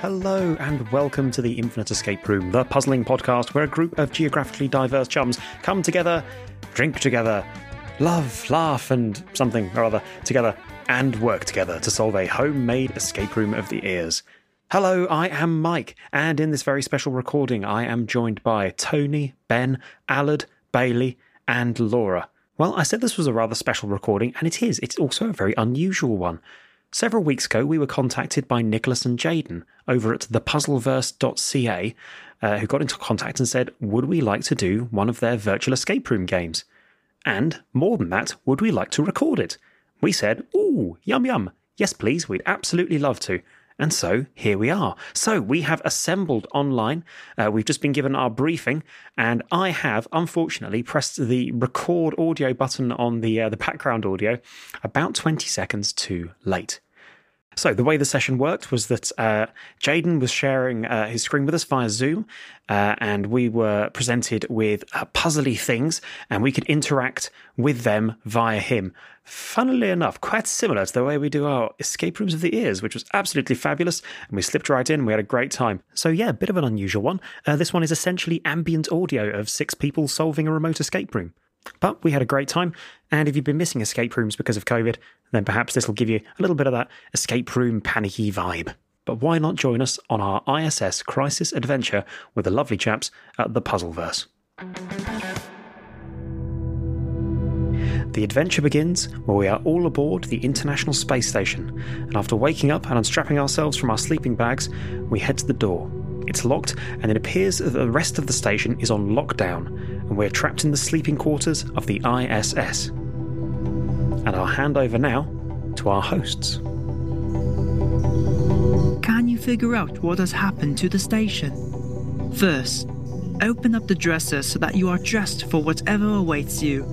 Hello, and welcome to the Infinite Escape Room, the puzzling podcast where a group of geographically diverse chums come together, drink together, love, laugh, and something or other together, and work together to solve a homemade escape room of the ears. Hello, I am Mike, and in this very special recording, I am joined by Tony, Ben, Allard, Bailey, and Laura. Well, I said this was a rather special recording, and it is. It's also a very unusual one. Several weeks ago, we were contacted by Nicholas and Jaden over at thepuzzleverse.ca, uh, who got into contact and said, Would we like to do one of their virtual escape room games? And more than that, would we like to record it? We said, Ooh, yum yum. Yes, please, we'd absolutely love to. And so here we are. So we have assembled online. Uh, we've just been given our briefing, and I have unfortunately pressed the record audio button on the uh, the background audio about 20 seconds too late. So the way the session worked was that uh, Jaden was sharing uh, his screen with us via Zoom, uh, and we were presented with uh, puzzly things, and we could interact with them via him. Funnily enough, quite similar to the way we do our escape rooms of the ears, which was absolutely fabulous, and we slipped right in. We had a great time. So yeah, a bit of an unusual one. Uh, this one is essentially ambient audio of six people solving a remote escape room. But we had a great time, and if you've been missing escape rooms because of COVID, then perhaps this will give you a little bit of that escape room panicky vibe. But why not join us on our ISS crisis adventure with the lovely chaps at the Puzzleverse? The adventure begins where we are all aboard the International Space Station, and after waking up and unstrapping ourselves from our sleeping bags, we head to the door. It's locked, and it appears that the rest of the station is on lockdown, and we're trapped in the sleeping quarters of the ISS. And I'll hand over now to our hosts. Can you figure out what has happened to the station? First, open up the dresser so that you are dressed for whatever awaits you.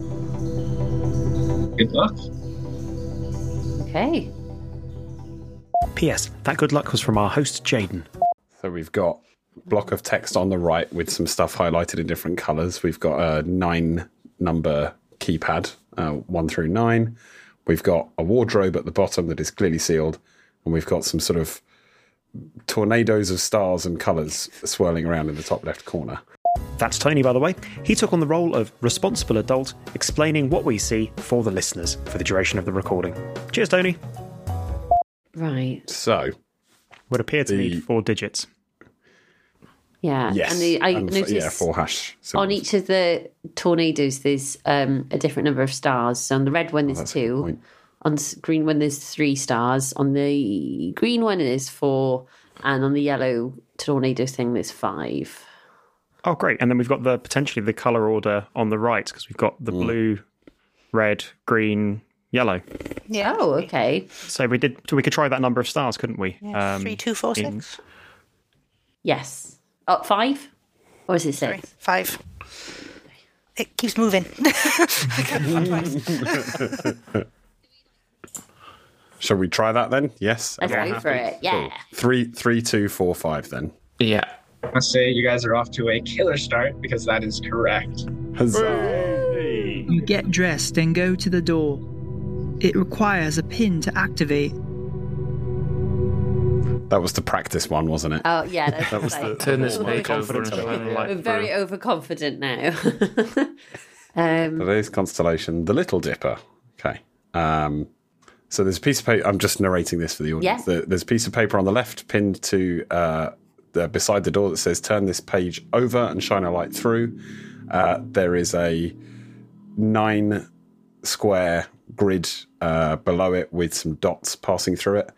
Good luck. Okay. P.S. That good luck was from our host Jaden. So we've got block of text on the right with some stuff highlighted in different colors. We've got a nine number keypad, uh, one through nine. We've got a wardrobe at the bottom that is clearly sealed, and we've got some sort of tornadoes of stars and colors swirling around in the top left corner. That's Tony, by the way. He took on the role of responsible adult, explaining what we see for the listeners for the duration of the recording. Cheers, Tony. Right. So Would appear to The- need four digits. Yeah. yes, And the, I and f- noticed yeah, four hash. symbols. on each of the tornadoes, there's um, a different number of stars. So on the red one, there's Oh, that's a good two. point. On s- green one, there's three stars. On the green one, there's four. And on the yellow tornado thing, there's five. Oh, great. And then we've got the potentially the color order on the right because we've got the blue, red, green, yellow. Yeah. Oh, okay. So we did. So we could try that number of stars, couldn't we? Um, Yeah, three, two, four, six. in- Yes. Oh, five? Or is it Sorry, six? five. It keeps moving. I can't find my- shall we try that then? Yes. Let's go for it. Yeah. Three, three, two, four, five. Then Yeah. I say you guys are off to a killer start because that is correct. huzzah! You get dressed and go to the door. It requires a pin to activate. That was the practice one, wasn't it? Oh, yeah. That's that Turn this page over and confidence plan level. the light We're very through. overconfident now. um, Today's constellation, the Little Dipper. Okay. Um, so there's a piece of paper. I'm just narrating this for the audience. Yeah. There- There's a piece of paper on the left pinned to uh, the, beside the door that says, "Turn this page over and shine a light through." Uh, there is a nine square grid uh, below it with some dots passing through it,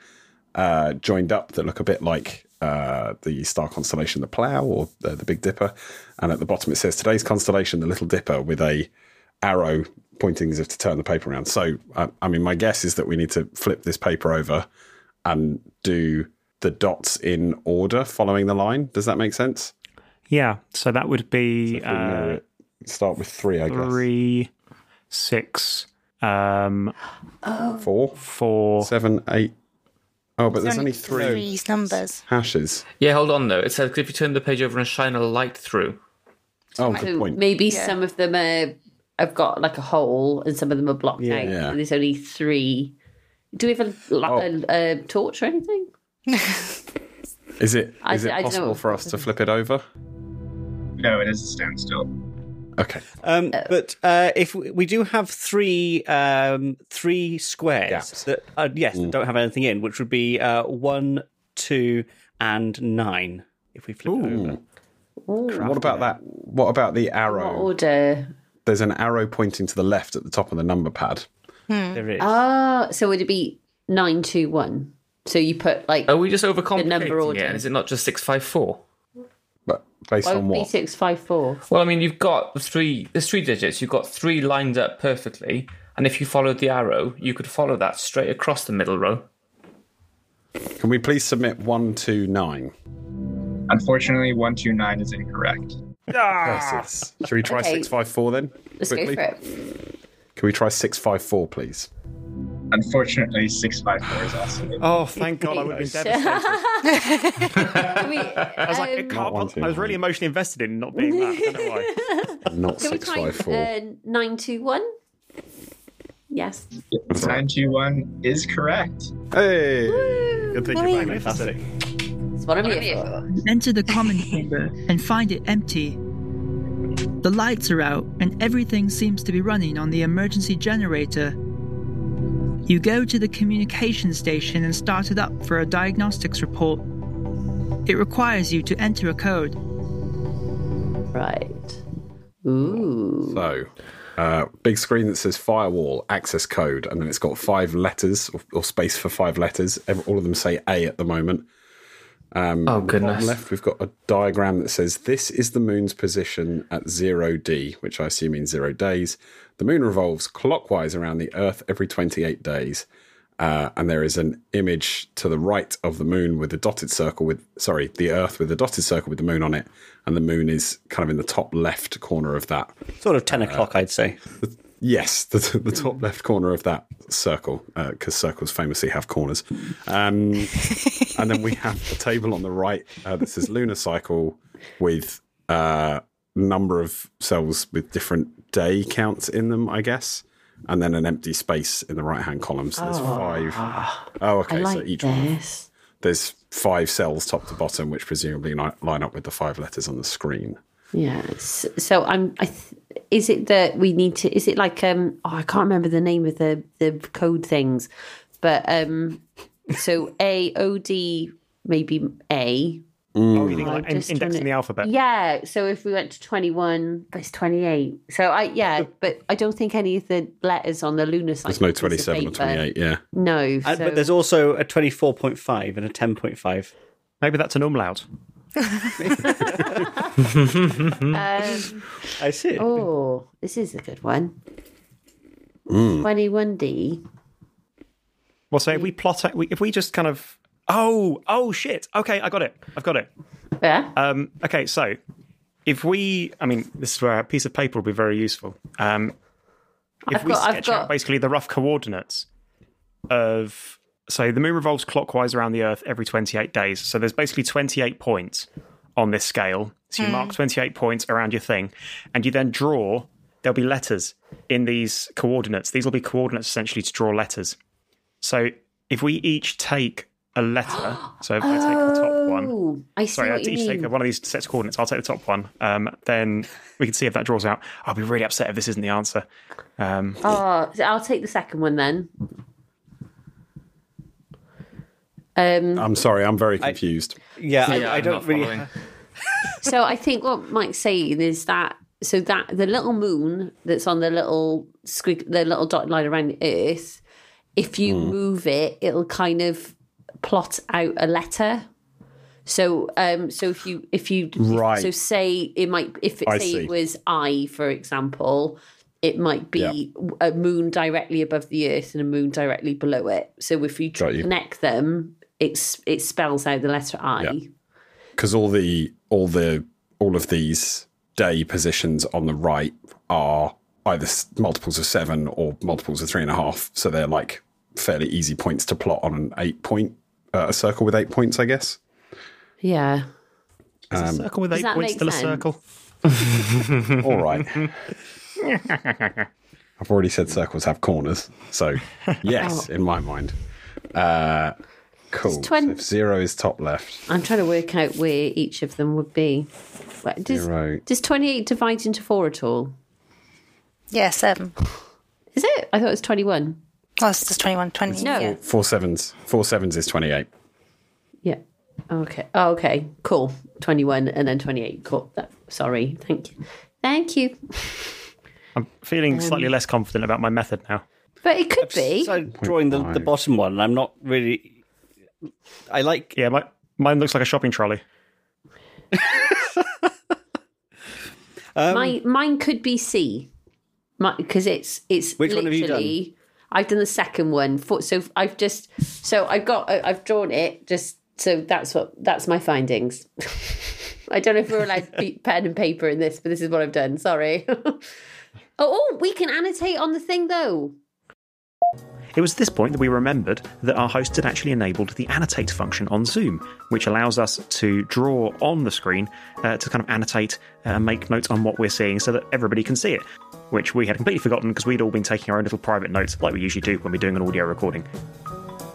uh, joined up that look a bit like uh, the star constellation, the Plough or uh, the, the Big Dipper. And at the bottom it says today's constellation, the Little Dipper, with a arrow pointing as if to turn the paper around. So, I, I mean, my guess is that we need to flip this paper over and do the dots in order following the line. Does that make sense? Yeah. So that would be If we mirror uh, it. Start with three, I guess. three, six, um, Four, four. seven, eight. Oh, but there's only three, Three's numbers. hashes. Yeah, hold on though. It says if you turn the page over and shine a light through. Oh, So good point. maybe Yeah. some of them are I've got like a hole, and some of them are blocked out. Yeah. Oh. And there's only three. Do we have a, like, a, a torch or anything? Is it I- is it I don't know possible what- for us to flip it over? No, it is a standstill. Okay. Um, Oh. but uh, if we, we do have three um, three squares Gaps. that uh, yes that don't have anything in, which would be uh, one, two, and nine. If we flip it over, What about that? What about the What arrow? order? There's an arrow pointing to the left at the top of the number pad. Hmm. there is. Oh, so would it be nine two one? So you put like oh, Are Oh, we just overcomplicating order. it? Is it not just six five four? But based why on would it be what? six five four? Well, I mean, you've got the three. There's three digits. You've got three lined up perfectly, and if you followed the arrow, you could follow that straight across the middle row. Can we please submit one two nine? Unfortunately, 129 is incorrect. Yes, it's- Should we try Ah. Okay. six five four then? Let's quickly? go for it. Can we try six five four, please? Unfortunately, 654 is also. Oh, thank God, I would have been devastated. Can we, I was like, it um, can't, Not I was really emotionally invested in not being that. I don't know why. Not can we six try five four. uh, nine two one? Yes. 921 is correct. Hey, Good thing you're magnificent. That's what I'm here for. Enter the common chamber and find it empty. The lights are out and everything seems to be running on the emergency generator. You go to the communication station and start it up for a diagnostics report. It requires you to enter a code. Right. Ooh. so. Uh, big screen that says firewall access code, and then it's got five letters or, or space for five letters. Every, all of them say A at the moment. Oh Bottom goodness! left, we've got a diagram that says this is the moon's position at zero D, which I assume means zero days. The moon revolves clockwise around the Earth every 28 days. Uh, and there is an image to the right of the moon with a dotted circle with, sorry, the Earth with a dotted circle with the moon on it. And the moon is kind of in the top left corner of that. sort of ten o'clock, I'd say. Yes, the, the Mm. top left corner of that circle, because circles famously have corners. Um, and then we have a table on the right uh, that says lunar cycle with uh, number of cells with different day counts in them, I guess. And then an empty space in the right hand column. So there's five. Oh. Oh, Ah. I okay. like so each one, this. there's five cells top to bottom, which presumably ni- line up with the five letters on the screen. Yes. So I'm. I th- is it that we need to? Is it like um? Oh, I can't remember the name of the the code things, but um. So A O D maybe A. Oh, you think like I'm in- just indexing trying to- the alphabet? Yeah. So if we went to twenty one, that's twenty eight. So I yeah, but I don't think any of the letters on the lunar cycle. There's no piece of 27 or paper- 28, yeah. No. And, so- but there's also a twenty-four point five and a ten point five. Maybe that's an umlaut. Um, I see. oh, this is a good one. Hmm. Twenty-one D. Well, so if we plot, out- we, if we just kind of, oh, oh shit, okay, I got it, I've got it. Yeah. Um, okay, so if we, I mean, this is where a piece of paper will be very useful. Um, if I've we got- I've sketch out got- basically the rough coordinates of, so the moon revolves clockwise around the Earth every 28 days. So there's basically 28 points on this scale. So Hmm. you mark 28 points around your thing, and you then draw. There'll be letters in these coordinates. These will be coordinates essentially to draw letters. So if we each take a letter, so if I take the top one, Oh, I see Sorry, I what you each mean. take one of these sets of coordinates. I'll take the top one. Um, then we can see if that draws out. I'll be really upset if this isn't the answer. Um, Oh, so I'll take the second one then. Um, I'm sorry, I'm very confused. yeah, Yeah, I, I I'm don't not really. following. so I think what Mike's saying is that so that the little moon that's on the little squig- the little dotted line around the Earth, if you Hmm. move it, it'll kind of plot out a letter. So, um, so if you if you Right. so say it might if it, I say see. it was I for example, it might be a moon directly above the Earth and a moon directly below it. So if you, you. connect them, it's it spells out the letter I. Yeah. because all the all the all of these day positions on the right are either s- multiples of seven or multiples of three and a half, so they're like fairly easy points to plot on an eight point uh, a circle with eight points, I guess. yeah. is a circle with eight that points make still sense? a circle? All right, I've already said circles have corners, so yes, in my mind. Uh, cool. twen- So if zero is top left, I'm trying to work out where each of them would be. But Does, Zero. does 28 divide into four at all? Yeah, seven. Is it? I thought it was 21. Oh, it's just 21, 20. No. Yeah. four sevens. Four sevens is twenty-eight. Yeah. Okay. Oh, okay. Cool. 21 and then 28. Cool. That, sorry. Thank you. Thank you. I'm feeling Um, slightly less confident about my method now. But it could be. So drawing the, the bottom one, and I'm not really. I like Yeah, my, mine looks like a shopping trolley. mine, mine could be C, because it's it's Which one have literally. you done? I've done the second one. For, so I've just so I've got I- I've drawn it just so that's what that's my findings. I don't know if we're allowed to be pen and paper in this, but this is what I've done. Sorry. oh, oh, we can annotate on the thing though. It was at this point that we remembered that our host had actually enabled the annotate function on Zoom, which allows us to draw on the screen uh, to kind of annotate uh, and make notes on what we're seeing so that everybody can see it, which we had completely forgotten because we'd all been taking our own little private notes like we usually do when we're doing an audio recording.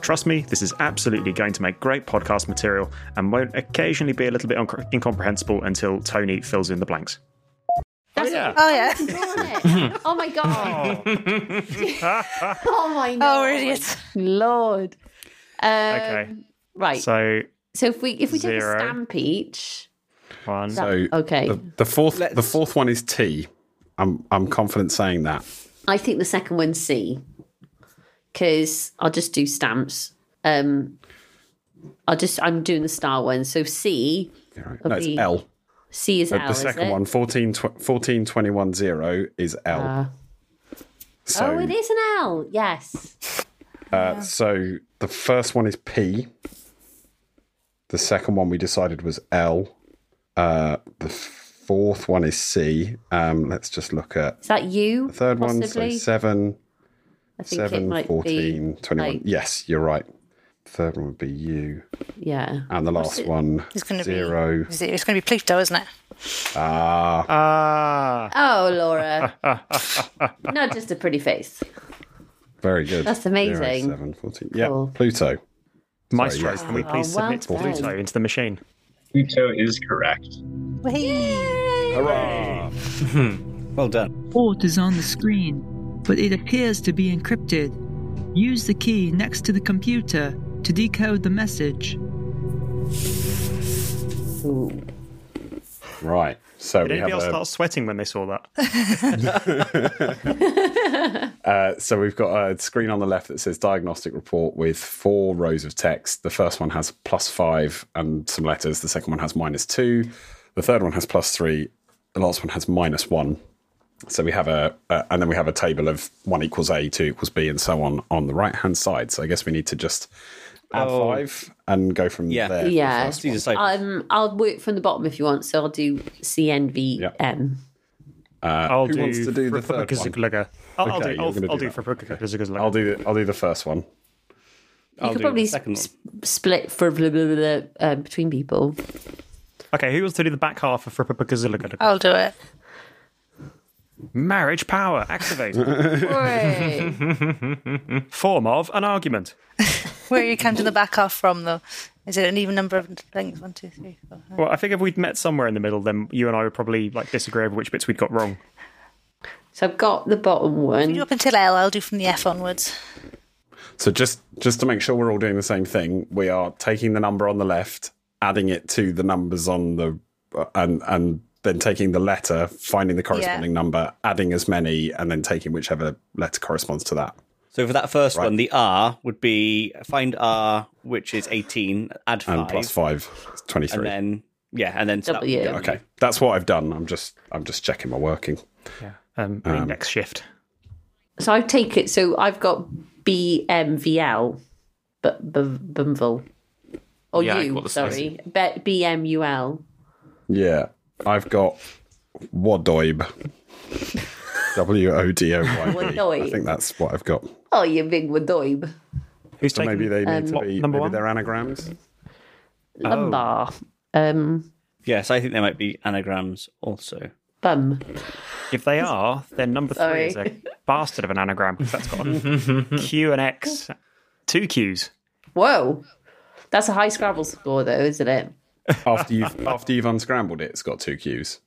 Trust me, this is absolutely going to make great podcast material and won't occasionally be a little bit uncom- incomprehensible until Tony fills in the blanks. That's yeah. Oh, yeah. it. oh my god. oh my Oh, no. idiot. lord. Um, Okay, Right. So, so if we if we take Zero. a stamp each. one. So Okay. The, the 4th the fourth one is T. I'm I'm confident saying that. I think the second one's C because I'll just do stamps. Um, I'll just I'm doing the star one. So C You're right. No, it's Okay. L. C is Uh, The, L. the is second it? one, 14, tw- 14 21 0 is L. so, Ah. Oh, it is an L. Yes. uh, so the first one is P. The second one we decided was L. Uh, the fourth one is C. Um, let's just look at Is that you? the third one. So possibly? 7, I think it 7 might 14, be 21. like- yes, you're right. Third one would be U. Yeah. And the last one, It's going to be zero. Is it- It's going to be Pluto, isn't it? Ah, Ah, Oh, Laura. Not just a pretty face. Very good. That's amazing. 7, 14. Yeah, Cool. Pluto. Maestro, yes. can we please Oh, well submit done. Pluto into the machine? Pluto is correct. Hurrah! well done. port is on the screen, but it appears to be encrypted. Use the key next to the computer to decode the message. Right. So we Did have anybody else a, start sweating when they saw that? uh, so we've got a screen on the left that says diagnostic report with four rows of text. The first one has plus five and some letters. The second one has minus two. The third one has plus three. The last one has minus one. So we have a, uh, and then we have a table of one equals A, two equals B, and so on on the right hand side. So I guess we need to just add Oh. five and go from Yeah. there. for the Yeah. first one. These are so- Um, I'll work from the bottom if you want. So I'll do C N V M. I'll who do, wants to do the third one? Ziglaga. I'll, I'll Okay, do. you're I'll, gonna I'll do do, that. for Paprika Ziglaga. I'll do the, I'll do the first one. You do could the probably second one. sp- split for blah, blah, blah, blah, uh, between people. Okay, who wants to do the back half of Paprika Ziglaga? I'll do it. Marriage power activate form of an argument. Where are you counting the back half from, though? Is it an even number of things? One, two, three, four. five. Well, I think if we'd met somewhere in the middle, then you and I would probably like disagree over which bits we'd got wrong. So I've got the bottom one. You up until L, I'll do from the F onwards. So just just to make sure we're all doing the same thing, we are taking the number on the left, adding it to the numbers on the uh, and and then taking the letter, finding the corresponding number, adding as many, and then taking whichever letter corresponds to that. So for that first one, the R would be find R, which is 18, add And five, plus five, it's twenty-three. and then yeah, and then so that would be W. W. okay, that's what I've done. I'm just I'm just checking my working. Um, I mean, next shift. So I take it. So I've got BMVL, but Bumville. Or Yeah, I got you, the sorry. B- BMUL. Yeah, I've got Wodoib. W O D O Y B. I Wodoib. think that's what I've got. Oh, you big wadoib. Who's So taking maybe they need to what, be number maybe one? they're anagrams. Lumbar. Um, Oh. Yes, I think there might be anagrams also. bum. If they are, then number three is a Sorry. bastard of an anagram because that's got a Q and X, two Qs. Whoa. That's a high Scrabble score, though, isn't it? After you've after you've unscrambled it, it's got two Qs.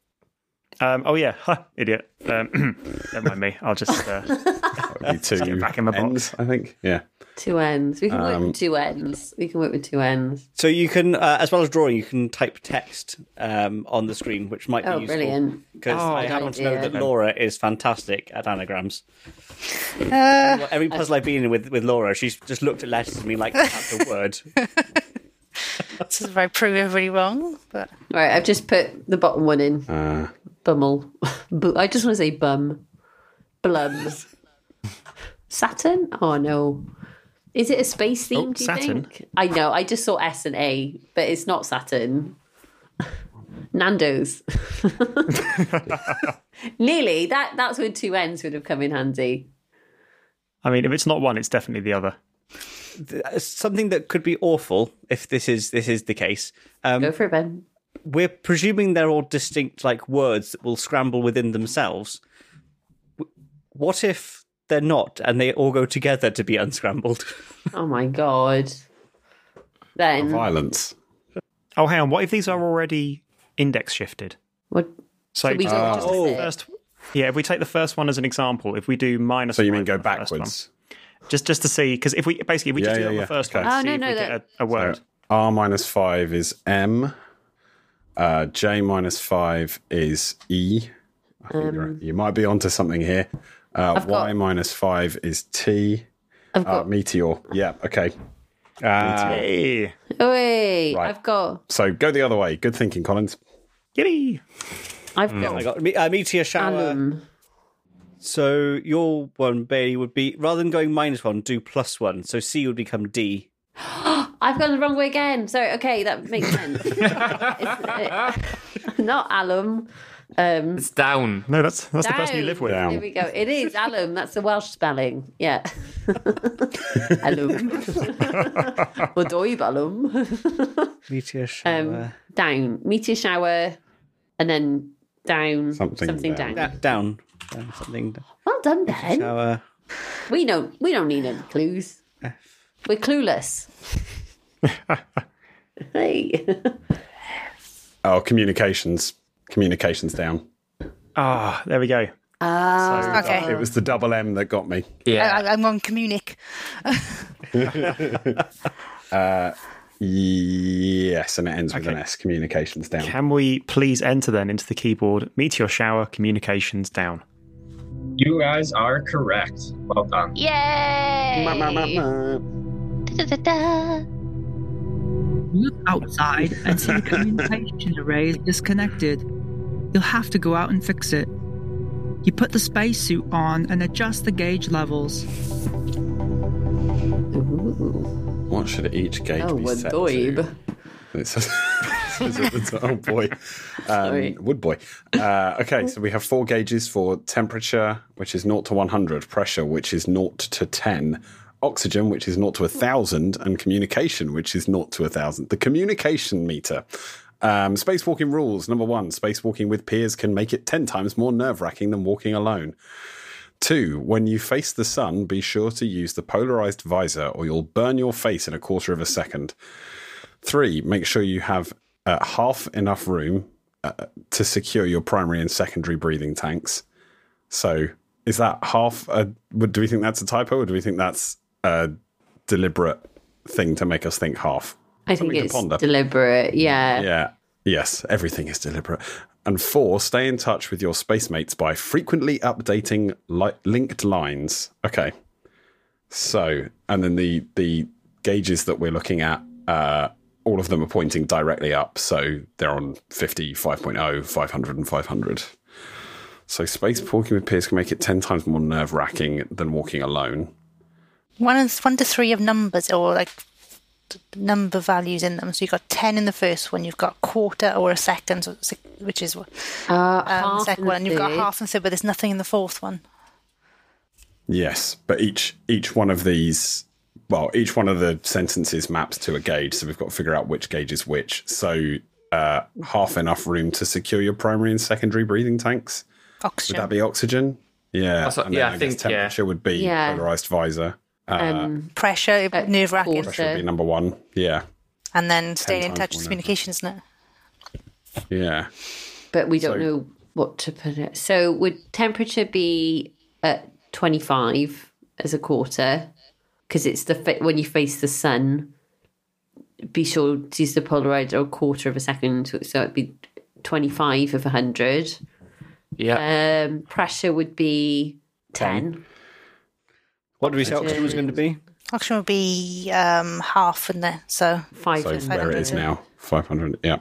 Um, oh yeah, huh, idiot. Um, don't mind me. I'll just. Uh, That would be two back in my box. ends, I think. Yeah. Two ends. We can work Um, with two ends. We can work with two ends. So you can, uh, as well as drawing, you can type text um, on the screen, which might Oh, be useful. brilliant. Because Oh, I good happen to know idea. that Laura is fantastic at anagrams. Uh, Well, every puzzle I've been in with, with Laura, she's just looked at letters and been like, that's a word. this is where I prove everybody wrong, but All right, I've just put the bottom one in. Uh, Bummel. Bu- I just want to say bum. Blum. Saturn? Oh, no. Is it a space theme, Oh, do you Saturn. think? I know. I just saw S and A, but it's not Saturn. Nando's. Nearly. That, that's where two ends would have come in handy. I mean, if it's not one, it's definitely the other. Something that could be awful if this is this is the case. Um, Go for it, Ben. we're presuming they're all distinct like words that will scramble within themselves W- what if they're not and they all go together to be unscrambled Oh, my God. Then, violence. Oh, hang on. What if these are already index shifted? what? So, we just don't Ah. just Oh. sit. first, yeah. If we take the first one as an example, if we do minus, So you mean five go on the first one, backwards? Just just to see, because if we basically if we Yeah, just do yeah, it on yeah. the first Okay. one, Oh, see no, if no, we that- get a, a word. R minus five is M. Uh, J minus five is E. I think you're, you might be onto something here. Uh, I've y got- minus five is T. I've Uh, got. meteor. Yeah. Okay. Uh, Hey, oh, Wait, Right. I've got. So go the other way. Good thinking, Collins. yippee! I've got. i got me- uh, meteor shower Alum. so your one b would be rather than going minus one do plus one so c would become d I've gone the wrong way again. Sorry. Okay, that makes sense. It's- not alum. Um, It's down. No, that's that's the person you live with. Down. There we go. It is alum. That's the Welsh spelling. Yeah. alum. or doib alum. meteor um, shower down. Meteor shower, and then down. Something down. down. Da- down down something down. Well done, Ben. shower We don't. We don't need any clues. We're clueless. hey. Oh, communications. Communications down. Ah, there we go. Ah. okay. It was the double M that got me. Yeah. I, I'm on communic. Yes, and it ends with an S. Communications down. Can we please enter then into the keyboard? Meteor shower communications down. You guys are correct. Well done. Oh, Look outside and see the communication array is disconnected. You'll have to go out and fix it. You put the spacesuit on and adjust the gauge levels. Ooh. What should each gauge Oh, be what set doib. to? It says- it says it's- oh boy, Sorry. um, wood boy. Uh, okay, so we have four gauges for temperature, which is naught to one hundred, pressure, which is naught to ten, oxygen, which is naught to thousand, and communication, which is naught to thousand. The communication meter. Um, spacewalking rules number one: spacewalking with peers can make it ten times more nerve-wracking than walking alone. Two, when you face the sun, be sure to use the polarized visor or you'll burn your face in a quarter of a second. Three, make sure you have uh, half enough room uh, to secure your primary and secondary breathing tanks. So, is that half? A, would, do we think that's a typo or do we think that's a deliberate thing to make us think half? I think to it's ponder. deliberate. Yeah. Yeah. Yes, everything is deliberate. And four, stay in touch with your spacemates by frequently updating li- linked lines. Okay. So, and then the the gauges that we're looking at, uh, all of them are pointing directly up. So they're on 50, 5.0, 500, oh, and 500. So space walking with peers can make it 10 times more nerve wracking than walking alone. One and one to three of numbers or like t- number values in them. So you've got ten in the first one. You've got quarter or a second, so it's a- which is um, Uh, the half second and one. And you've got third. half and third, but there's nothing in the fourth one. Yes, but each each one of these, well, each one of the sentences maps to a gauge, so we've got to figure out which gauge is which. So uh, half enough room to secure your primary and secondary breathing tanks. Would Oxygen. that be oxygen? Yeah. That's what- and then yeah, I guess think, yeah. temperature would be Yeah. polarized visor. Um, Pressure, Uh, nerve wracking, course. Pressure would be number one. Yeah. and then staying in times touch more nerve with communications. Isn't it? Yeah. but we don't so- know what to put it. So would temperature be at 25 as a quarter? Because it's the fa- when you face the sun, be sure to use the polarizer a quarter of a second. So so it'd be 25 of 100. Yeah. Um, pressure would be 10. What did we say oxygen was going to be? Oxygen would be um, half in there. So 500. So where it is now, 500. Yeah.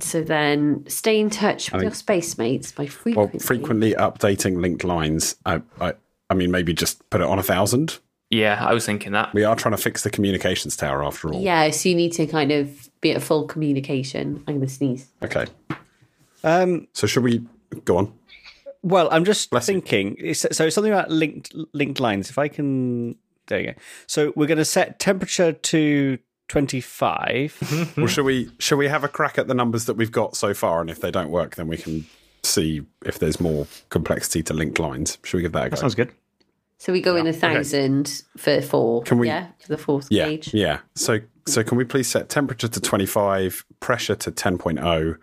So then stay in touch with your space mates by Well, frequency. frequently updating linked lines. I, I, I mean, maybe just put it on a thousand. Yeah, I was thinking that. We are trying to fix the communications tower after all. Yeah, so you need to kind of be at full communication. I'm going to sneeze. Okay. Um, So should we go on? well, I'm just thinking. it's- So it's something about linked linked lines. If I can, there you go. So we're going to set temperature to Mm-hmm. 25. Well, should we? Should we have a crack at the numbers that we've got so far? And if they don't work, then we can see if there's more complexity to linked lines. Should we give that a go? That sounds good. So we go in a thousand for four. Can we- Yeah, for the fourth yeah, gauge. yeah. So, so can we please set temperature to 25, pressure to 10.0,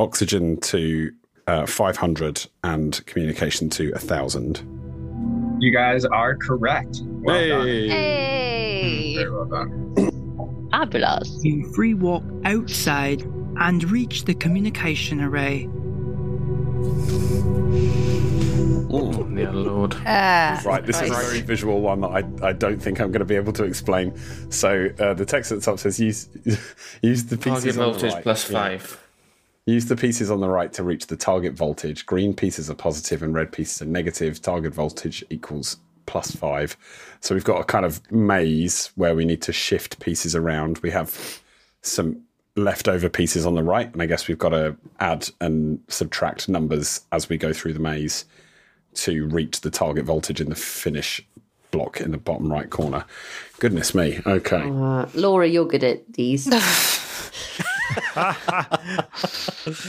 oxygen to uh, 500, and communication to 1,000? You guys are correct. Well done. Hey, Very well done. fabulous! You free walk outside and reach the communication array. Oh, yeah, Lord. Ah. uh, Right, this is a Christ. very visual one that I, I don't think I'm going to be able to explain. So uh, the text at the top says use use the Target pieces on the voltage right. plus Yeah. five. Use the pieces on the right to reach the target voltage. Green pieces are positive and red pieces are negative. Target voltage equals plus five. So we've got a kind of maze where we need to shift pieces around. We have some leftover pieces on the right, and I guess we've got to add and subtract numbers as we go through the maze to reach the target voltage in the finish block in the bottom right corner. Goodness me. Okay. Uh, Laura, you're good at these. I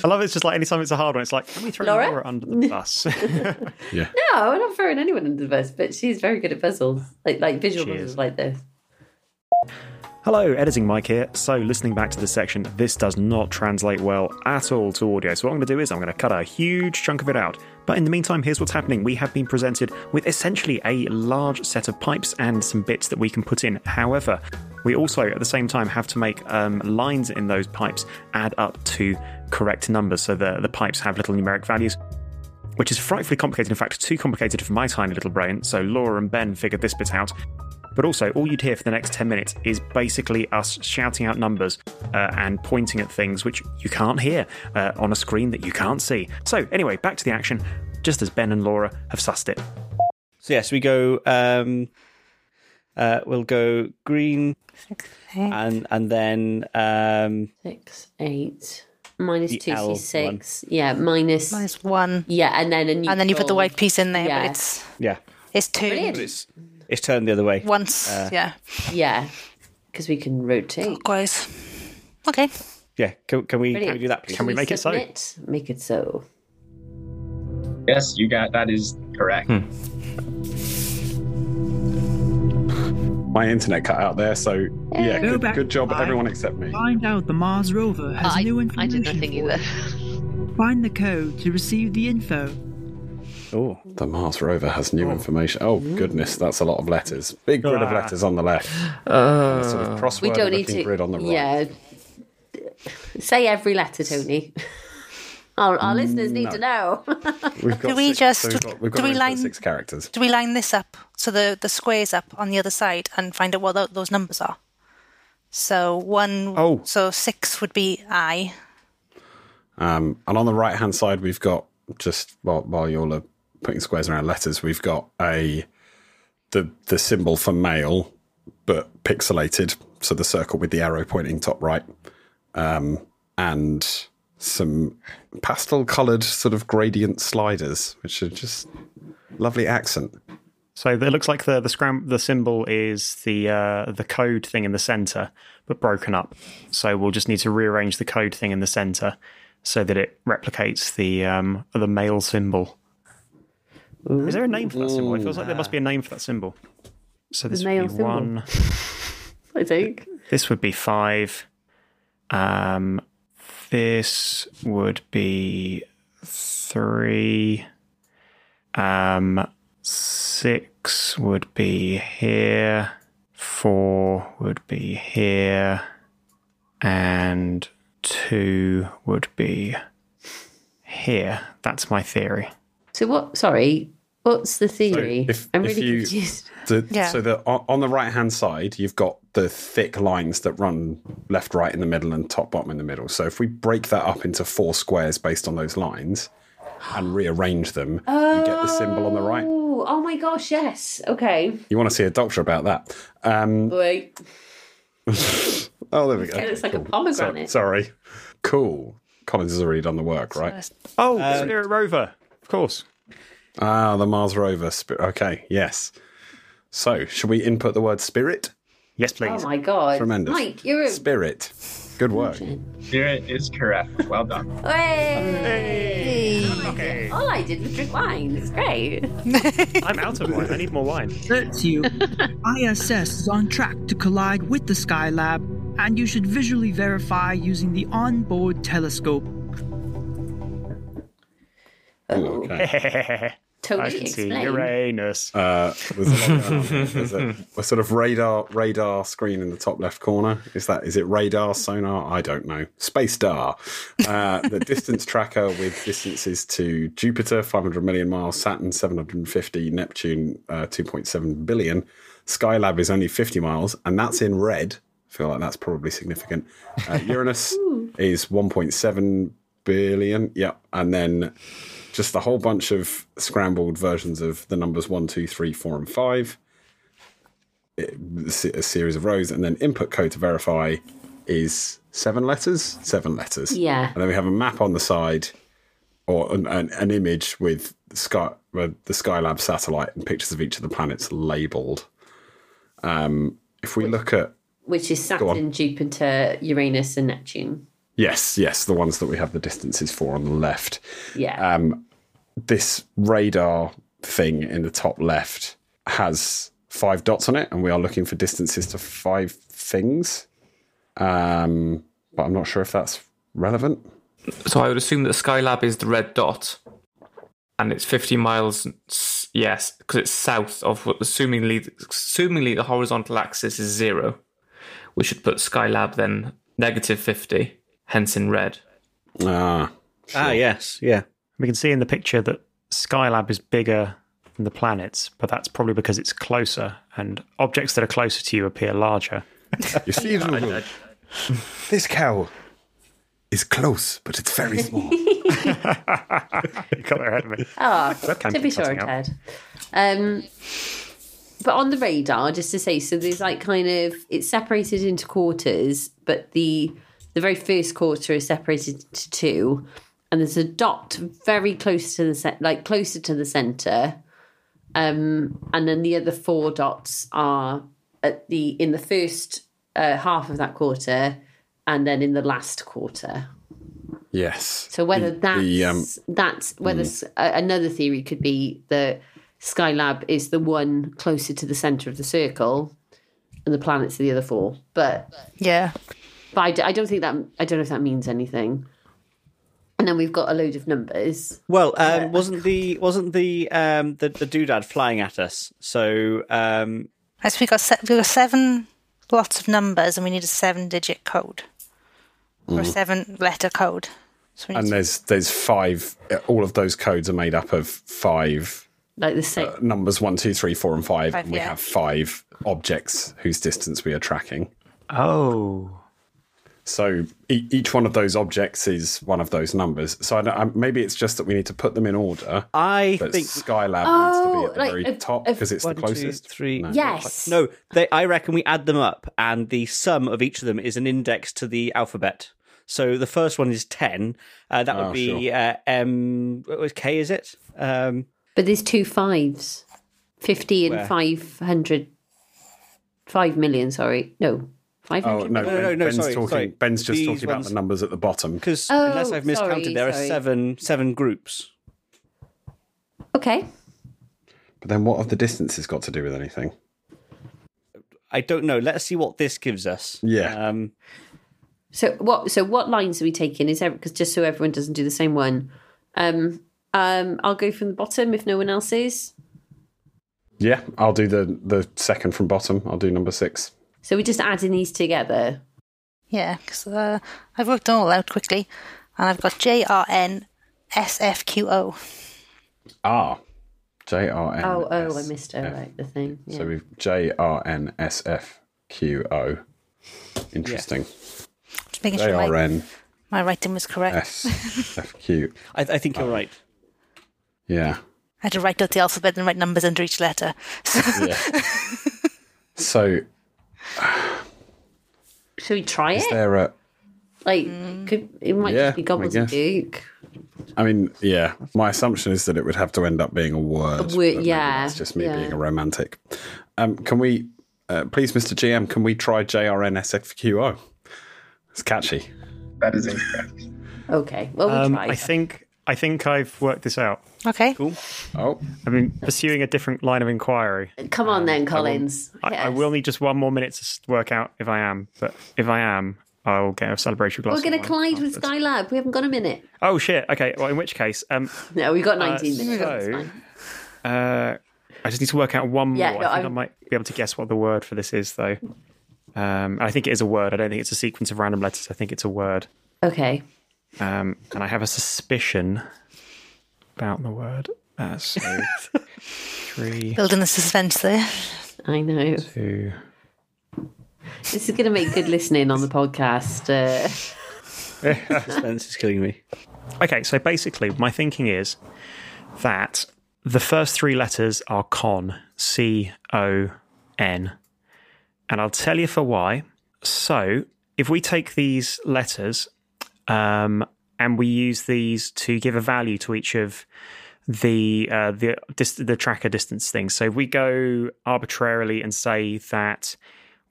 love it. It's just like anytime it's a hard one, it's like, can we throw Laura? Laura, under the bus? Yeah. no, I'm not throwing anyone under the bus, but she's very good at puzzles, like like visual She is. puzzles like this. Hello, editing Mike here. So, listening back to this section, this does not translate well at all to audio. So, what I'm going to do is I'm going to cut a huge chunk of it out. But in the meantime, here's what's happening. We have been presented with essentially a large set of pipes and some bits that we can put in. However, we also at the same time have to make um, lines in those pipes add up to correct numbers. So, the, the pipes have little numeric values which is frightfully complicated. In fact, too complicated for my tiny little brain. So Laura and Ben figured this bit out. But also, all you'd hear for the next 10 minutes is basically us shouting out numbers uh, and pointing at things which you can't hear uh, on a screen that you can't see. So, anyway, back to the action, just as Ben and Laura have sussed it. So yes, we go. Um, uh, we'll go green Uh, and and then um, Six, eight, minus The two, L so one. six. Yeah, minus. minus one, Yeah, and then a neutral. and then you put the white piece in there. Yeah. But it's yeah, it's turned Brilliant. it's turned the other way. once. yeah, Yeah, because we can rotate. clockwise. Okay. Yeah, can, can we can we Brilliant. do that? Please? Can we make it so? submit? Make it so. Yes, you got that is correct. Hmm. My internet cut out there, so yeah, Go good, back good job, five. everyone except me. Find out the Mars rover has new information. for you. Find the code to receive the info. Oh, The Mars rover has new information. Oh goodness, that's a lot of letters. Big grid of letters on the left. Uh, And a sort of crossword We don't need looking to. grid on the right. Yeah. Say every letter, Tony. Our, our listeners need to know. We've got Do we six, just- so we've got, we've do got we room for line- six characters? Do we line this up so the the squares up on the other side and find out what tho- those numbers are? So one. Oh. So six would be I. Um, and on the right hand side, we've got just while while you all are putting squares around letters, we've got a the the symbol for male, but pixelated. So the circle with the arrow pointing top right, um, and some pastel coloured sort of gradient sliders, which are just lovely accent. So it looks like the the scram the symbol is the uh, the code thing in the center, but broken up. So we'll just need to rearrange the code thing in the center so that it replicates the um, the male symbol Is there a name for that symbol? It feels like there must be a name for that symbol. So this nail would be symbol. one. I think. This would be five. Um, this would be three. Um, six would be here. Four would be here. And two would be here. That's my theory. So what? Sorry, what's the theory? if- I'm if really you- confused. The, Yeah. So the, on on the right hand side, you've got the thick lines that run left, right in the middle, and top, bottom in the middle. So if we break that up into four squares based on those lines and rearrange them, you get the symbol on the right. Oh, oh my gosh! Yes. Okay. You want to see a doctor about that? Um, Wait. oh, there we go. It looks like a So- pomegranate. sorry. Cool. Collins has already done the work, right? Oh, Um, Spirit Rover. Of course. Ah, the Mars rover. Spirit. Okay, yes. So, should we input the word spirit? Yes, please. oh my god. Tremendous. Mike, you're a Spirit. Good work. Spirit is correct. Well done. Hey. All Oh, I did was drink wine. It's great. I'm out of wine. I need more wine. alerts you ISS is on track to collide with the Skylab, and you should visually verify using the onboard telescope. Okay. I Totally can see explain. Uranus. Uh, there's a, lot going on there. There's a- a sort of radar radar screen in the top left corner. Is that is it radar sonar? I don't know. Space star. Uh, the distance tracker with distances to Jupiter, 500 million miles, Saturn, 750, Neptune, uh, 2.7 billion. Skylab is only 50 miles, and that's in red. I feel like that's probably significant. Uh, Uranus is 1.7 billion. Yep, and then just a whole bunch of scrambled versions of the numbers one, two, three, four, and five. It- A series of rows, and then input code to verify is seven letters. Seven letters. Yeah. And then we have a map on the side, or an, an, an image with sky with the Skylab satellite and pictures of each of the planets labeled. Um, if we look at Which is Saturn, Jupiter, Uranus, and Neptune. yes, yes, the ones that we have the distances for on the left. Yeah. um, this radar thing in the top left has five dots on it, and we are looking for distances to five things. Um, but I'm not sure if that's relevant. So I would assume that Skylab is the red dot, and it's 50 miles. s- Yes, because it's south of what, assumingly, assumingly the horizontal axis is zero. We should put Skylab then negative 50, hence in red. Ah, Ah, yes, yeah. We can see in the picture that Skylab is bigger than the planets, but that's probably because it's closer, and objects that are closer to you appear larger. you see, this cow is close, but it's very small. You got that ahead of me. oh, Webcam to be keeps sure, cutting out. Ted. Um, but on the radar, just to say, so there's like kind of it's separated into quarters, but the the very first quarter is separated into two, and there's a dot very close to the cen- like closer to the center, um, and then the other four dots are at the in the first uh, half of that quarter, and then in the last quarter. yes. So whether that's the, um, that's whether s a another theory could be that Skylab is the one closer to the center of the circle, and the planets are the other four. But Yeah. but I, d- I don't think that I don't know if that means anything. And then we've got a load of numbers. Well, um, wasn't the wasn't the um the, the doodad flying at us? So um As we got se- we got seven lots of numbers, and we need a seven-digit code or a Mm. seven-letter code. So we need And there's there's five. All of those codes are made up of five Like the same. numbers one, two, three, four, and five, Five, and we yeah. have five objects whose distance we are tracking. Oh. So e- each one of those objects is one of those numbers. So I don't, I, maybe it's just that we need to put them in order. I But think Oh, Skylab needs to be at the like very if- top if- because it's one, the two, closest. three- No. yes. No, they, I reckon we add them up, and the sum of each of them is an index to the alphabet. So the first one is ten. Uh, that would Oh, be sure. uh, M. What was K? Is it? Um, But there's two fives, fifty and five hundred, five million. Sorry, no, five Oh hundred. no, no, no, Ben- no, Ben's sorry, talking. sorry. Ben's just These talking about ones- the numbers at the bottom. Because Oh, unless I've miscounted, sorry, there sorry. are seven seven groups. Okay. But then what have the distances got to do with anything? I don't know. Let's see what this gives us. Yeah. Um, So what? So what lines are we taking? Is because just so everyone doesn't do the same one. Um, um, I'll go from the bottom if no one else is. Yeah, I'll do the the second from bottom. I'll do number six. So we're just adding these together. Yeah, because uh, I've worked them all out quickly, and I've got J R N S F Q O. Ah, J R N. uh, Oh, oh, I S missed it. F. Right, the thing. Yeah. So we've J R N S F Q O. Interesting. Just making J sure R my, N my writing was correct. S F Q. I, I think Uh-huh. you're right. Yeah. I had to write out the alphabet and write numbers under each letter. So Should we try is it? there a? Like, could, it might Yeah, just be I guess. gobbledygook. I mean, yeah. My assumption is that it would have to end up being a word. A word, but maybe yeah, That's just me yeah. being a romantic. Um, can we, uh, please, Mr. GM, can we try J R N S F Q O? It's catchy. That is incorrect. Okay, well we'll Um, try. I think I think I've worked this out. Okay. Oh, I've been pursuing a different line of inquiry. Come on then, Collins. I, I will need just one more minute to s- work out if I am, but if I am, I'll get a celebration glass. We're going of to wine collide with afterwards. Skylab. We haven't got a minute. Oh shit! Okay, well, in which case, um, No, we've got 19 minutes. so- That's fine. uh, I just need to work out one Yeah, more. no, I think i I'm- might be able to guess what the word for this is, though. Um, I think it is a word. I don't think it's a sequence of random letters. I think it's a word, Okay. um, and I have a suspicion about the word. Uh, so three, Building the suspense there. I know. two. This is going to make good listening on the podcast. Uh, Suspense is killing me. Okay, so basically, my thinking is that the first three letters are con, C O N. And I'll tell you for why. So if we take these letters um, and we use these to give a value to each of the uh, the dis- the tracker distance things. So if we go arbitrarily and say that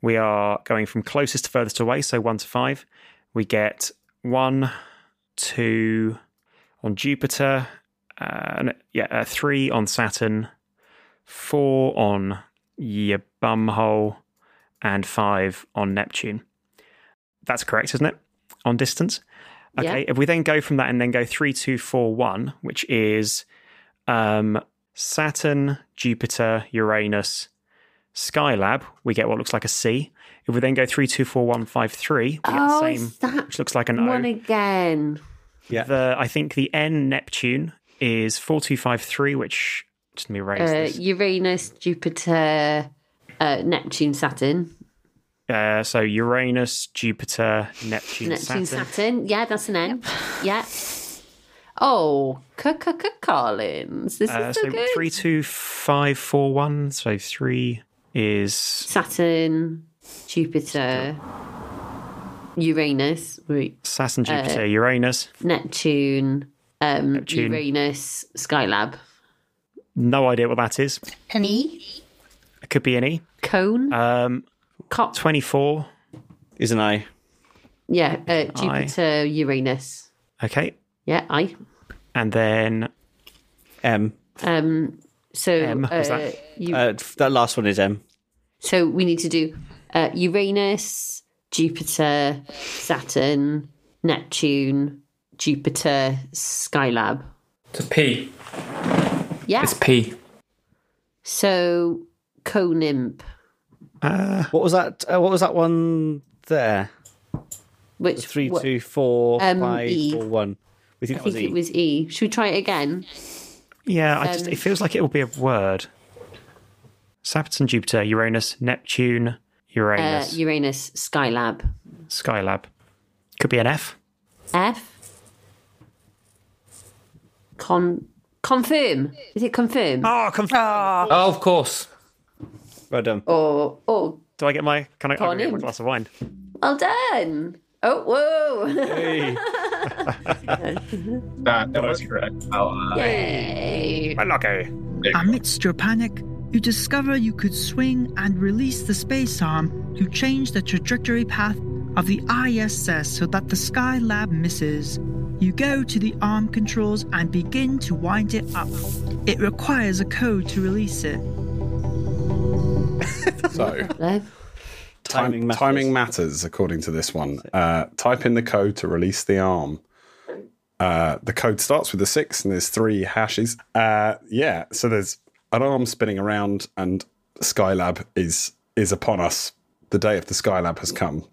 we are going from closest to furthest away, so one to five, we get one, two on Jupiter, uh, and yeah, uh, three on Saturn, four on your bumhole, and five on Neptune. That's correct, isn't it? On distance. Okay. Yeah. If we then go from that and then go three, two, four, one, which is um, Saturn, Jupiter, Uranus, Skylab, we get what looks like a C. If we then go three, two, four, one, five, three, we get oh, the same, it's that which looks like an O. one again. The I think the N Neptune is four two five three, which just let me raise Uh, this. Uranus, Jupiter, uh, Neptune, Saturn. Uh, so Uranus, Jupiter, Neptune, Neptune, Saturn. Saturn. Yeah, that's an N. Yeah. Oh, c- c- c- Collins. This Uh, is so, so good. three two five four one. So three is Saturn, Jupiter, Uranus, wait, Saturn, Uh, Jupiter, Uranus. Neptune, um, Neptune. Uranus, Skylab. No idea what that is. An E? It could be an E. Cone? Um, Cop. twenty four. Is an I. Yeah, uh, Jupiter, Uranus. Okay, Yeah, I. and then M. Um, so, M, was uh, that- you, Uh, that last one is M. so we need to do uh, Uranus, Jupiter, Saturn, Neptune, Jupiter, Skylab. It's a P. Yeah. It's P. so, Conimp, What was that? Uh, what was that one there? which Three, what- two, four, Um, five, E. four, one. We I think that was think E. it was E. Should we try it again? yeah, I just, it feels like it will be a word. Saturn, Jupiter, Uranus, Neptune, Uh, Uranus. Uranus Skylab. Skylab. Could be an F. F. Con. Confirm. Is it confirm? Oh, conf- Oh, of course. Well done. Or oh, do I get my can I, I Colin. get my glass of wine? well done. Oh, whoa! That, that was correct. I'll, uh, Yay! My lucky. there you go. Amidst your panic, you discover you could swing and release the space arm to change the trajectory path of the ISS so that the Skylab misses. You go to the arm controls and begin to wind it up. It requires a code to release it. So Hello? time- timing, matters. according to this one. Uh, type in the code to release the arm. Uh, the code starts with a six and there's three hashes. Uh, yeah, so there's an arm spinning around and Skylab is is upon us. The day of the Skylab has come.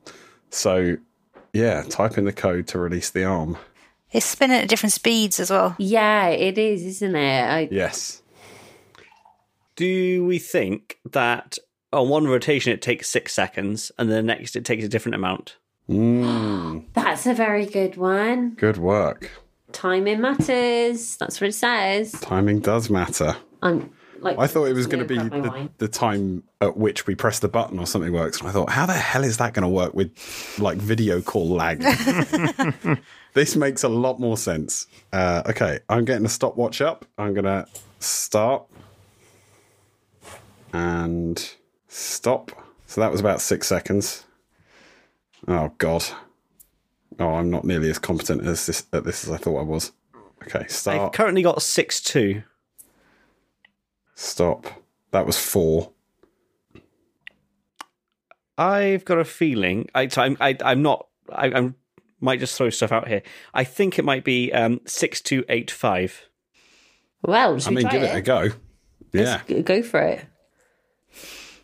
So yeah, type in the code to release the arm. It's spinning at different speeds as well. Yeah, it is, isn't it? I, Yes. Do we think that on one rotation it takes six seconds and the next it takes a different amount? Mm, That's a very good one. good work. Timing matters. That's what it says. Timing does matter. I'm like I thought it was going to be Yeah, grab my the, wine. the time at which we press the button or something works. And I thought, how the hell is that going to work with like video call lag? this makes a lot more sense. Uh, okay, I'm getting the stopwatch up. I'm going to start and stop. So that was about six seconds. Oh, God. Oh, I'm not nearly as competent as this, at this as I thought I was. Okay, I've start. currently got six two. Stop. That was four. I've got a feeling. I, so I'm, I, I'm not. I I'm, might just throw stuff out here. I think it might be um, six two eight five. Well, should I we mean, try give it? a go. Yeah. G- Go for it.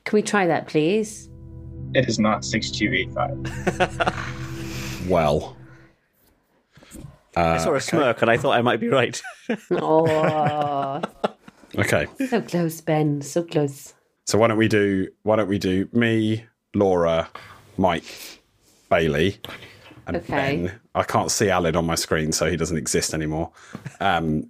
Can we try that, please? It is not 6285. Well, Uh, I Ah, saw a smirk and I thought I might be right. Oh, okay. so close, Ben. So close. So why don't we do? Why don't we do me, Laura, Mike, Bailey, and Okay. Ben? I can't see Alan on my screen, so he doesn't exist anymore. Um,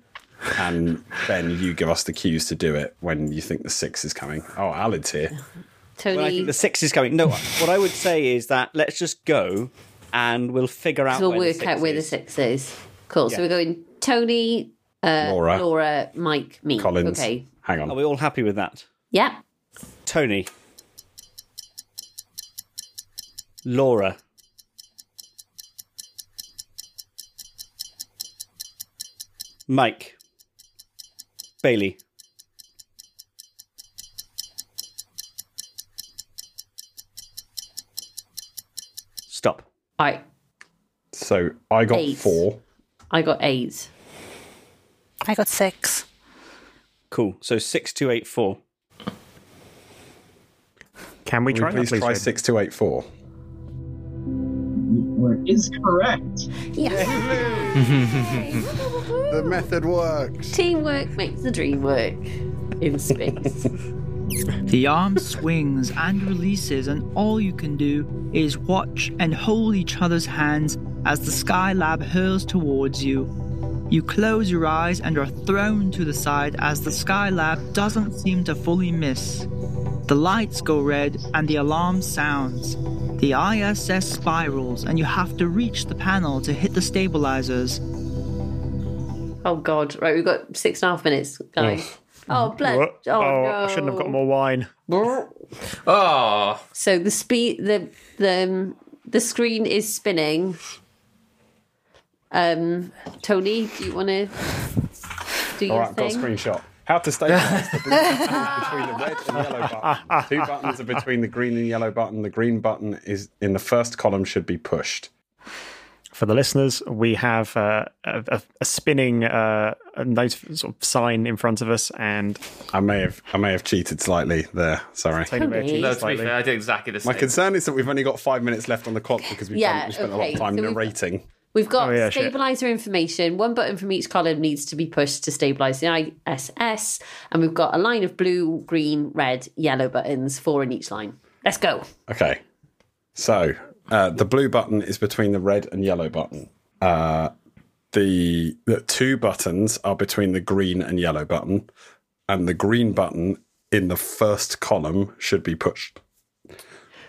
and Ben, you give us the cues to do it when you think the six is coming. Oh, Alan's here. when I Tony, think the six is coming. No, what I would say is that let's just go and we'll figure out. we'll where the work out six where the is. six is. Cool. Yeah. So we're going Tony, uh, Laura. Laura. Mike, me. Collins. Okay. Hang Are on. we all happy with that? Yep. Tony, Laura, Mike, Bailey. Stop. All right. So I got Eight. four. I got eight. I got six. Cool. So six two eight four. Can we Can try we that, please please? try Ed? six two eight four. Is correct. The method works. Teamwork makes the dream work in space. The arm swings and releases, and all you can do is watch and hold each other's hands as the Skylab hurls towards you. You close your eyes and are thrown to the side as the Skylab doesn't seem to fully miss. The lights go red and the alarm sounds. The ISS spirals, and you have to reach the panel to hit the stabilizers. oh, God. Right. We've got six and a half minutes, guys. Oh, blood. What? Oh, I shouldn't have got no. more wine. Oh, So the speed, the the um, the screen is spinning. Um, Tony, do you want to do All your right, I've got a thing? screenshot. How to stabilize the blue buttons between the red and yellow button. Two buttons are between the green and yellow button. The green button is in the first column should be pushed. For the listeners, we have uh, a, a, a spinning uh, a note, sort of sign in front of us, and I may have I may have cheated slightly there. Sorry. Tony may have Okay. cheated no, to be slightly. fair, I did exactly the same. My concern is that we've only got five minutes left on the clock because we've, Yeah, done, we spent a lot okay, of time so we've- narrating. We've got Oh, yeah, shit. stabilizer information. One button from each column needs to be pushed to stabilize the ISS, and we've got a line of blue, green, red, yellow buttons, four in each line. Let's go. Okay. So uh, the blue button is between the red and yellow button. Uh, the, the two buttons are between the green and yellow button, and the green button in the first column should be pushed.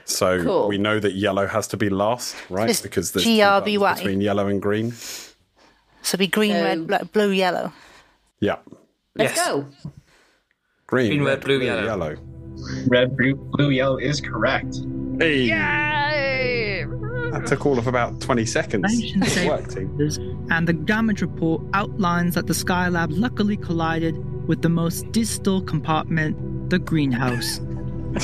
So Cool. we know that yellow has to be last, right? Just Because there's two buttons GRBY. between yellow and green. So it'd be green, So- red, bl- blue, yellow. Yeah, Let's Yes. go. green, Green, red, blue, yellow. Red, blue, blue, yellow is correct. Hey. Yay! That took all of about 20 seconds. Ancient It safe worked, team. factors, and the damage report outlines that the Skylab luckily collided with the most distal compartment, the greenhouse.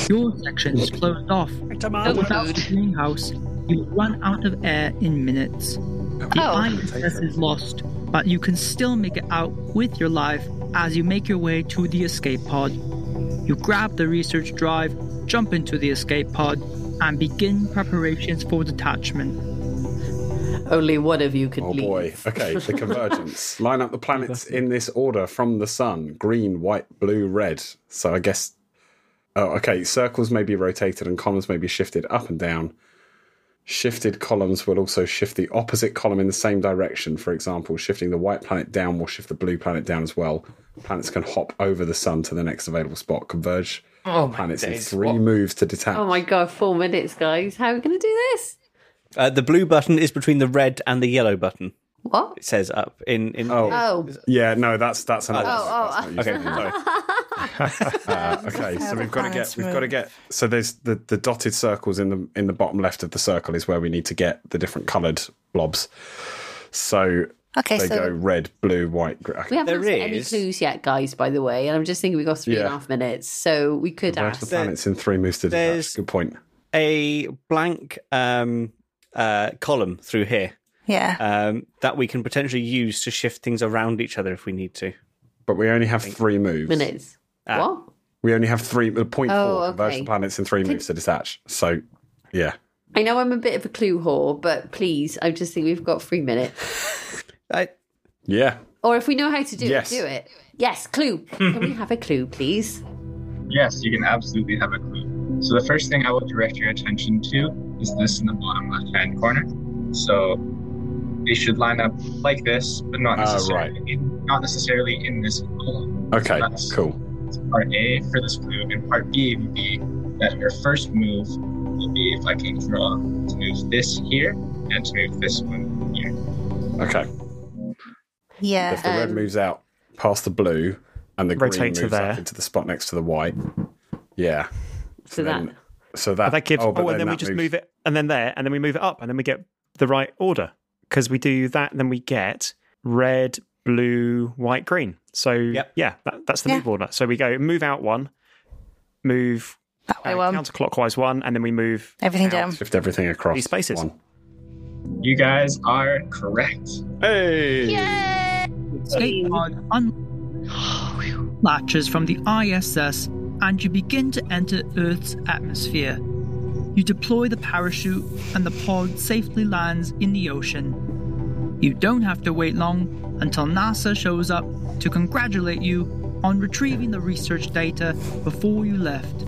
Your section is closed off. Without the greenhouse, you run out of air in minutes. The Oh. ISS is lost, but you can still make it out with your life as you make your way to the escape pod. You grab the research drive, jump into the escape pod, and begin preparations for detachment. Only one of you could Oh leave. boy. Okay, the convergence. Line up the planets in this order from the sun green, white, blue, red. So I guess. Oh, okay. Circles may be rotated and columns may be shifted up and down. Shifted columns will also shift the opposite column in the same direction. For example, shifting the white planet down will shift the blue planet down as well. Planets can hop over the sun to the next available spot. Converge Oh my planets in days, three what- moves to detach. Oh my god, four minutes, guys. How are we going to do this? Uh, the blue button is between the red and the yellow button. What? It says up in in. Oh. Oh, Yeah, no, that's that's another. Oh, that's oh, not Okay, useful. sorry. Uh, okay, so we've got to get balance we've got to move. get so there's the the dotted circles in the in the bottom left of the circle is where we need to get the different coloured blobs. So Okay, they go so red, blue, white. Gr- we haven't There asked any is- clues yet, guys. By the way, and I'm just thinking we have got three and a Yeah. half minutes, so we could Where's the ask. planets in three moves to there's- detach? Good point. a blank um, uh, column through here yeah. um, that we can potentially use to shift things around each other if we need to. But we only have three moves. minutes. what? We only have three. The point Oh, four converge okay. the planets in three moves to detach. So yeah, I know I'm a bit of a clue whore, but please, I just think we've got three minutes. I, yeah. Or if we know how to do Yes. it, do it. Yes, clue. Can we have a clue, please? Yes, you can absolutely have a clue. So the first thing I will direct your attention to is this in the bottom left-hand corner. So they should line up like this, but not Ah, necessarily, in, not necessarily in this column. Okay, That's- cool. Part A for this clue, and part B would be that your first move will be if I can draw to move this here and to move this one here. Okay, Yeah. if the red Um, moves out past the blue and the green Rotate to moves up there. into the spot next to the white, yeah. So then- that So that, that gives. Oh, but and then we that just moves- move it, and then there, and then we move it up, and then we get the right order because we do that, and then we get red, blue, white, green. So Yep. yeah, that, that's the Yeah. move order. So we go move out one, move that way uh, one. counterclockwise one, and then we move Everything out. down. Shift everything across These spaces. One. You guys are correct. Hey! escape pod unlatches from the ISS and you begin to enter Earth's atmosphere. You deploy the parachute and the pod safely lands in the ocean. You don't have to wait long until NASA shows up to congratulate you on retrieving the research data before you left.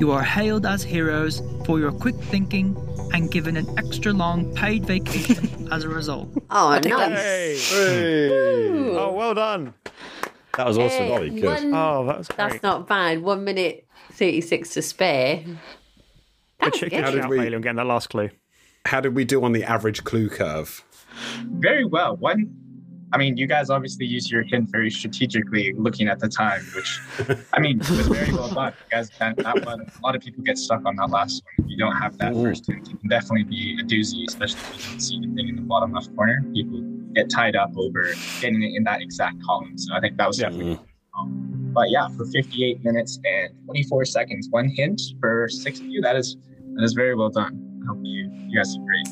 You are hailed as heroes for your quick thinking and given an extra long paid vacation as a result. oh nice. Hey! Hey! Hmm. Oh, well done. that was awesome. Hey, Very good. one- Oh, that was great. that's not bad. One minute thirty six to spare. Good sh- good How did shout, we- Bailey, on getting that last clue. How did we do on the average clue curve? Very well. One, I mean, you guys obviously used your hint very strategically, looking at the time, which, I mean, was very well done. You guys, that, that one, a lot of people get stuck on that last one. If you don't have that first hint, it can definitely be a doozy, especially if you don't see the thing in the bottom left corner. People get tied up over getting it in that exact column. So I think that was Yeah. definitely. But yeah, for 58 minutes and 24 seconds, one hint for six of you. That is that is very well done. I hope you you guys agree.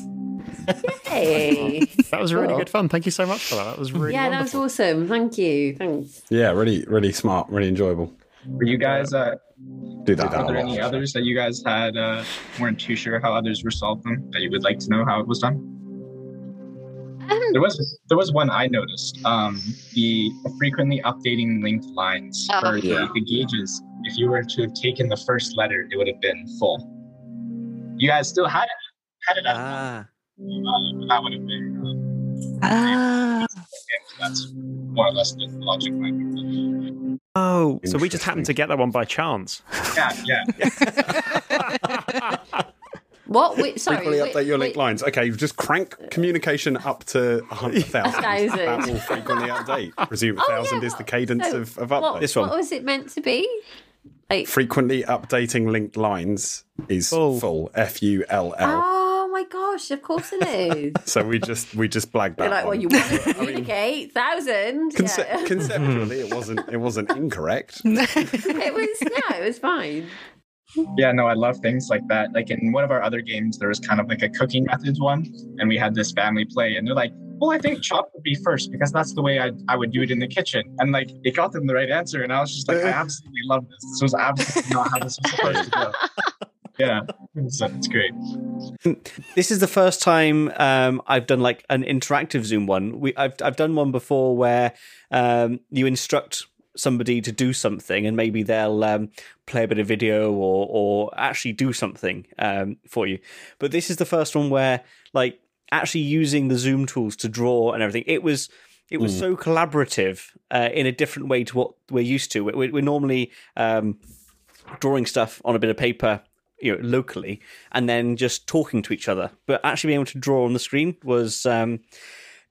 Hey. That was really Cool. good fun. Thank you so much for that. That was really yeah, that was wonderful. awesome. Thank you. Thanks. Yeah, really, really smart, really enjoyable. Were you guys uh, Do that. Are a there lot. any others that you guys had uh, weren't too sure how others resolved them that you would like to know how it was done? There was there was one I noticed. Um, the frequently updating linked lines Oh, for the- yeah. the, gauges. If you were to have taken the first letter, it would have been full. You guys still had it. Had it at Ah, uh, that would have been. Uh, Ah. that's more or less the logic. might be. Oh, so we just happened to Interesting. get that one by chance. Yeah, yeah. What? Wait, sorry. Frequently wait, update your link wait. lines. Okay, you've just crank communication up to a hundred thousand. thousand. That will frequently update. Presume a Oh, thousand yeah, is the what- cadence so of, of What, update. This one. what was it meant to be? Like, Frequently updating linked lines is Full. full. F U L L. oh my my gosh, of course it is. So we just we just blagged that. You're like, well, one. you want to communicate thousand. Conce- yeah. Conceptually, it wasn't it wasn't incorrect. it was yeah, it was fine. Yeah, no, I love things like that. Like in one of our other games, there was kind of like a cooking methods one, and we had this family play, and they're like, "Well, I think chop would be first because that's the way I I would do it in the kitchen." And like, it got them the right answer, and I was just like, "I absolutely love this. This was absolutely not how this was supposed to go." Yeah, so it's great. This is the first time um, I've done like an interactive Zoom one. We I've I've done one before where um, you instruct somebody to do something, and maybe they'll um, play a bit of video or or actually do something um, for you. But this is the first one where like actually using the Zoom tools to draw and everything. It was. It was so collaborative uh, in a different way to what we're used to. We're, we're normally um, drawing stuff on a bit of paper, you know, locally, and then just talking to each other. But actually being able to draw on the screen was, um,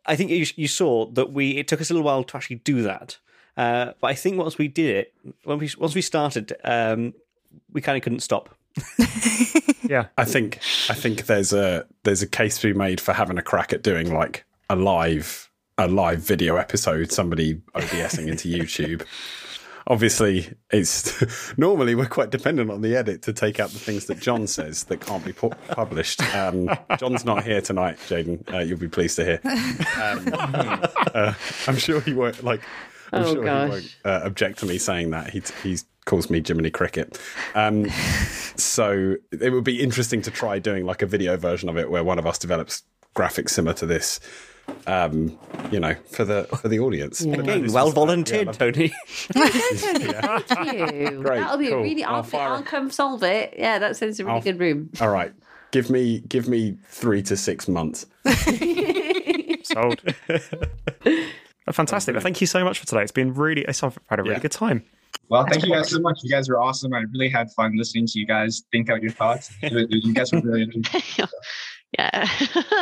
I think you, you saw that we it took us a little while to actually do that. Uh, but I think once we did it, when we once we started, um, we kind of couldn't stop. Yeah. I think I think there's a there's a case to be made for having a crack at doing like a live a live video episode, somebody OBSing into YouTube. Obviously, it's normally we're quite dependent on the edit to take out the things that John says that can't be pu- published. Um, John's not here tonight, Jaden. Uh, you'll be pleased to hear. Um, uh, I'm sure he won't like. I'm Oh, sure gosh. he won't uh, object to me saying that. He he calls me Jiminy Cricket. Um, so it would be interesting to try doing like a video version of it where one of us develops graphics similar to this. Um, you know, for the for the audience. But no, Again, this well was, uh, volunteered, yeah, Tony. Thank you. Great, That'll be cool. a really. I'll, I'll fi- fire- I'll come solve it. Yeah, that sounds a really I'll- good room. All right, give me give me three to six months. Sold. Fantastic. Thank you so much for today. It's been really, it's, I've had a really Yeah. good time. Well, thank you guys so much. You guys were awesome. I really had fun listening to you guys think out your thoughts. You you guys were brilliant. yeah.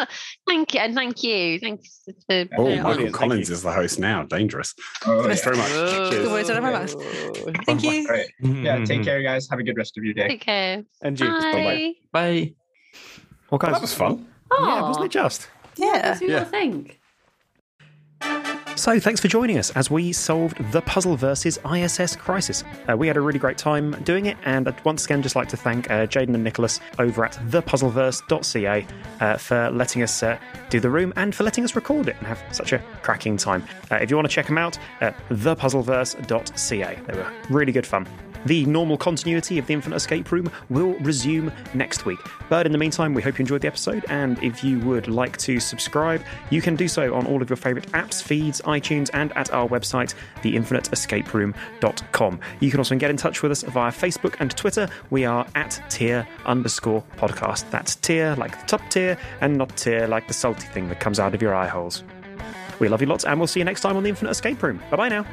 thank you. And thank you. Thanks to Oh, everyone. Michael Thank Collins you. is the host now. Dangerous. Oh, Thanks yeah. very much. The Uh, Cheers. words out of my mouth. Thank you. Great. Yeah, take care, guys. Have a good rest of your day. Take care. And you, Bye. Bye. Well, That guys, was fun. Oh, yeah, wasn't it just? Yeah. what I think. So, thanks for joining us as we solved the puzzle versus ISS crisis. Uh, we had a really great time doing it, and I'd once again just like to thank uh, Jaden and Nicholas over at thepuzzleverse.ca uh, for letting us uh, do the room and for letting us record it and have such a cracking time. Uh, if you want to check them out, uh, thepuzzleverse.ca. They were really good fun. The normal continuity of the Infinite Escape Room will resume next week. But in the meantime, we hope you enjoyed the episode. And if you would like to subscribe, you can do so on all of your favourite apps, feeds, iTunes, and at our website, theinfiniteescaperoom.com. You can also get in touch with us via Facebook and Twitter. We are at tier underscore podcast. That's tier like the top tier, and not tier like the salty thing that comes out of your eye holes. We love you lots, and we'll see you next time on the Infinite Escape Room. Bye bye now.